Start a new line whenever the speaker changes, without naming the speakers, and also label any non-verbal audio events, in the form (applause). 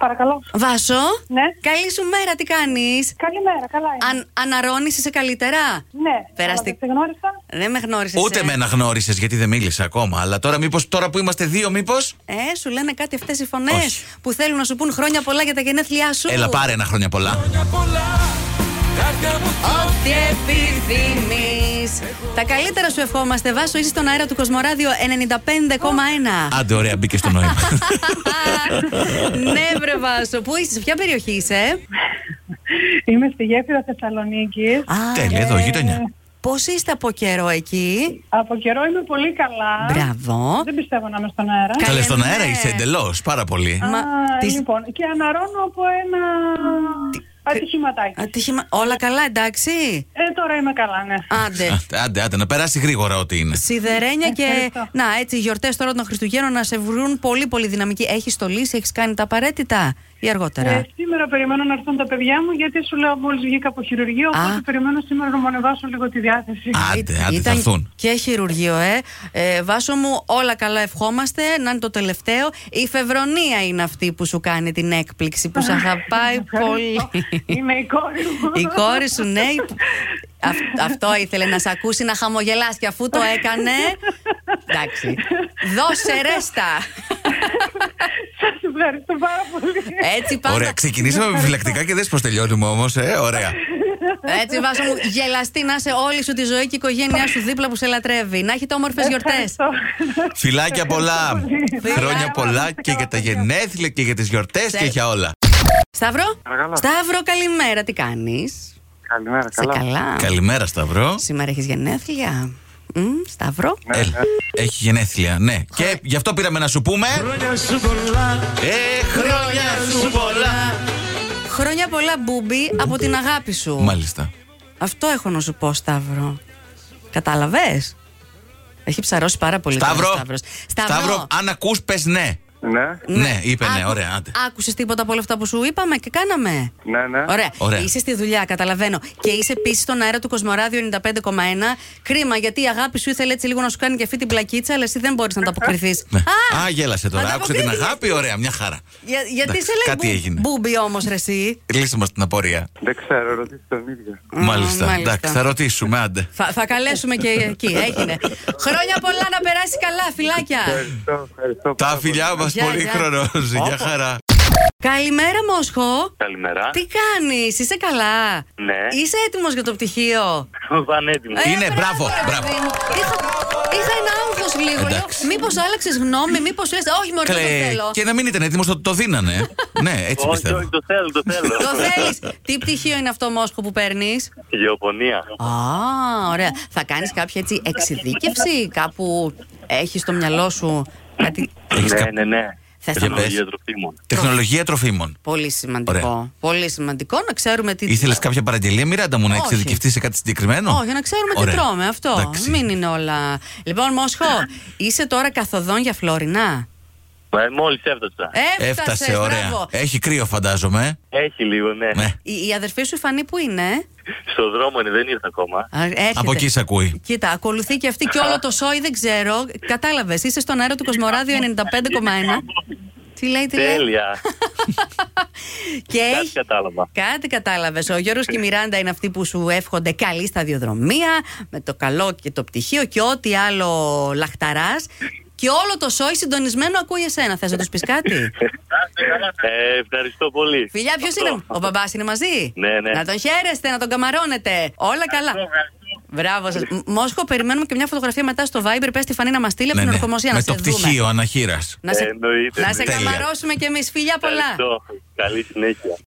παρακαλώ.
Βάσο.
Ναι.
Καλή σου μέρα, τι κάνεις.
Καλημέρα, καλά είναι.
Αν, αναρώνησαι καλύτερα.
Ναι,
Περαστή-
αλλά δεν σε
(laughs)
γνώρισα.
Δεν με ε. γνώρισες.
Ούτε με αναγνώρισε γιατί δεν μίλησα ακόμα. Αλλά τώρα, μήπως, τώρα που είμαστε δύο, μήπως.
Ε, σου λένε κάτι αυτές οι φωνές
Όχι.
που θέλουν να σου πούν χρόνια πολλά για τα γενέθλιά σου.
Έλα, πάρε ένα χρόνια πολλά.
Ό,τι επιθυμεί. Τα καλύτερα σου ευχόμαστε, Βάσο. Είσαι στον αέρα του Κοσμοράδιο
(laughs)
95,1.
Άντε, ωραία, μπήκε στο νόημα.
(laughs) ναι, βρε Βάσο, πού είσαι, σε ποια περιοχή είσαι.
Είμαι στη γέφυρα Θεσσαλονίκη.
Α,
Τέλεια, εδώ, γειτονιά.
πώς είστε από καιρό εκεί.
Από καιρό είμαι πολύ καλά.
Μπράβο.
Δεν πιστεύω να είμαι στον αέρα.
Κα-
Καλέ, στον
ναι.
αέρα είσαι εντελώς, πάρα πολύ.
Μα,
Α,
τις-
Λοιπόν, και αναρώνω από ένα ατυχηματάκι.
Ατύχημα. Όλα καλά, εντάξει.
Ε, τώρα είμαι καλά, ναι.
Άντε.
Άντε, άντε, άντε, να περάσει γρήγορα ό,τι είναι.
Σιδερένια και.
Ευχαριστώ.
Να, έτσι, οι γιορτές τώρα των Χριστουγέννων να σε βρουν πολύ πολύ δυναμική. Έχεις στολίσει, έχεις κάνει τα απαραίτητα ή αργότερα.
Ε, σήμερα περιμένω να έρθουν τα παιδιά μου γιατί σου λέω μόλις βγήκα από χειρουργείο οπότε περιμένω σήμερα να μου ανεβάσω λίγο τη διάθεση.
Άντε, άντε, θα
Ήταν
έρθουν.
και χειρουργείο, ε. ε. Βάσο μου, όλα καλά ευχόμαστε. Να είναι το τελευταίο. Η Φευρονία είναι αυτή που σου κάνει την έκπληξη, που σε αγαπάει πολύ.
Είναι η κόρη μου.
Η κόρη σου,
(laughs)
ναι. Αυ- αυτό ήθελε να σε ακούσει, να χαμογελάς και αφού το έκανε. Εντάξει. Δώσε
(laughs)
ρέστα.
Σας ευχαριστώ πάρα πολύ.
Έτσι πάντα.
Ωραία, ξεκινήσαμε με φυλακτικά και δες πώς τελειώνουμε όμως, ε, ωραία.
Έτσι, Βάσο μου, γελαστή να είσαι όλη σου τη ζωή και η οικογένειά σου δίπλα που σε λατρεύει. Να έχετε όμορφες γιορτές.
Ευχαριστώ.
Φιλάκια πολλά,
πολύ.
χρόνια
Φιλάκια,
πολλά
είστε
και
καλά,
για τα
παιδιά.
γενέθλια και για τις γιορτές
Σε-
και για όλα.
Σταύρο,
Παρακαλώ.
Σταύρο, καλημέρα, τι κάνεις.
Καλημέρα,
Σε
καλά.
καλά.
Καλημέρα Σταυρό.
Σήμερα έχεις γενέθλια. Μμ, Σταύρο.
Ναι,
Έλα.
ναι.
Έχει γενέθλια, ναι. Και γι' αυτό πήραμε να σου πούμε. Ε, χρόνια σου πολλά.
Ναι.
Χρόνια πολλά, Μπούμπι, από την αγάπη σου.
Μάλιστα.
Αυτό έχω να σου πω, Σταύρο. Κατάλαβες. Έχει ψαρώσει πάρα πολύ.
Σταύρο,
καλά, Σταύρος.
Σταύρο, αν ακούς πες ναι.
Ναι,
Ναι, είπε ναι,
Άκου-
ωραία, άντε.
Άκουσες τίποτα από όλα αυτά που σου είπαμε και κάναμε.
ναι, ναι.
Ωραία.
Ωραία.
Είσαι στη δουλειά, καταλαβαίνω. Και είσαι επίσης στον αέρα του Κοσμοράδιο 95,1. Κρίμα, γιατί η αγάπη σου ήθελε έτσι λίγο να σου κάνει και αυτή την πλακίτσα, αλλά εσύ δεν μπορείς να ανταποκριθεί.
Ναι. Α, γέλασε τώρα. Άκουσε την
ανταποκρίθηκες.
αγάπη, ωραία, μια χαρά.
Για, γιατί
Εντάξει,
σε λέει
κάτι
μπου-
έγινε.
μπούμπι όμως, ρε εσύ.
Λύσε μας την απορία.
Δεν ξέρω, ρωτήστε τον ίδιο.
Μ,
Μάλιστα.
μάλιστα.
Εντάξει, θα ρωτήσουμε, άντε.
Θα, θα καλέσουμε και εκεί, έγινε. Χρόνια πολλά να περάσει καλά, φιλάκια.
Ευχαριστώ, ευχαριστώ.
Τα
πάρα
φιλιά
πολύ.
μας,
Γεια,
πολύ
γεια.
χρονός. Για χαρά.
Καλημέρα, Μόσχο.
Καλημέρα.
Τι κάνεις, είσαι καλά.
Ναι.
Είσαι έτοιμος για το πτυχίο.
Πανέτοιμο.
Ε,
Είναι, μπράβο,
ρε
μπράβο.
παιδί μου. Είχα, είχα ένα άγχος λίγο.
Εντάξει.
Μήπως άλλαξες γνώμη, μήπως έστω. Όχι, Μωρή, δεν το
Καλέ,
θέλω.
Ε, Και να μην ήταν έτοιμος, το, το
(laughs)
δίνανε. ναι, έτσι
Όχι,
πιστεύω.
όχι, Λοιπόν, το θέλω, το θέλω.
Το θέλεις. Τι πτυχίο είναι αυτό, Μόσχο, που παίρνεις.
Γεωπονία.
Α, ωραία. Θα κάνεις κάποια έτσι εξειδίκευση, κάπου έχεις στο μυαλό σου κάτι.
Έχεις
Ναι,
κα-
ναι, ναι.
Θες να
Τεχνολογία
πες.
τροφίμων.
Τεχνολογία τροφίμων.
Πολύ σημαντικό.
Ωραία.
Πολύ σημαντικό να ξέρουμε τι.
Ήθελες κάποια παραγγελία, Μιράντα μου, να
Όχι.
εξειδικευτείς σε κάτι συγκεκριμένο.
Όχι, να ξέρουμε
Ωραία.
τι τρώμε αυτό.
Εντάξει.
Μην είναι όλα. Λοιπόν, Μόσχο, είσαι τώρα καθοδόν για Φλόρινα.
Ε, Μόλις έφτασα.
Έφτασες,
Έφτασε, ωραία. Ε-
μπράβο.
Έχει κρύο, φαντάζομαι. ε.
Έχει λίγο, ναι.
Ναι.
Η, η αδερφή σου η Φανή που είναι.
Στο δρόμο είναι, δεν ήρθε ακόμα.
Α, έρχεται.
Από εκεί σε ακούει.
Κοίτα, ακολουθεί και αυτή και όλο το σόι, δεν ξέρω. Κατάλαβες, είσαι στον αέρα του Κοσμοράδιο 95,1. Τι λέει, τι λέει.
Τέλεια.
και
Κάτι
έχει.
κατάλαβα.
Κάτι κατάλαβες. Ο Γιώργος και η Μιράντα είναι αυτοί που σου εύχονται καλή σταδιοδρομία, με το καλό και το πτυχίο και ό,τι άλλο λαχταράς. Και όλο το σόι συντονισμένο ακούει εσένα. Θες να τους πεις κάτι.
Ε, ευχαριστώ πολύ.
Φιλιά, ποιος είναι. Ο μπαμπάς είναι μαζί.
Ναι, ναι.
Να τον χαίρεστε, να τον καμαρώνετε. Όλα καλά. Μπράβο σας. Μόσχο, περιμένουμε και μια φωτογραφία μετά στο Viber. Πες τη φανή να μας στείλει από
Ναι,
την
ναι.
ορκομοσία
Με
να
το
σε δούμε.
πτυχίο αναχείρας.
Να σε,
Ε, εννοείται,
να σε
εννοείται.
καμαρώσουμε κι εμείς. Φιλιά πολλά.
Ευχαριστώ. Καλή συνέχεια.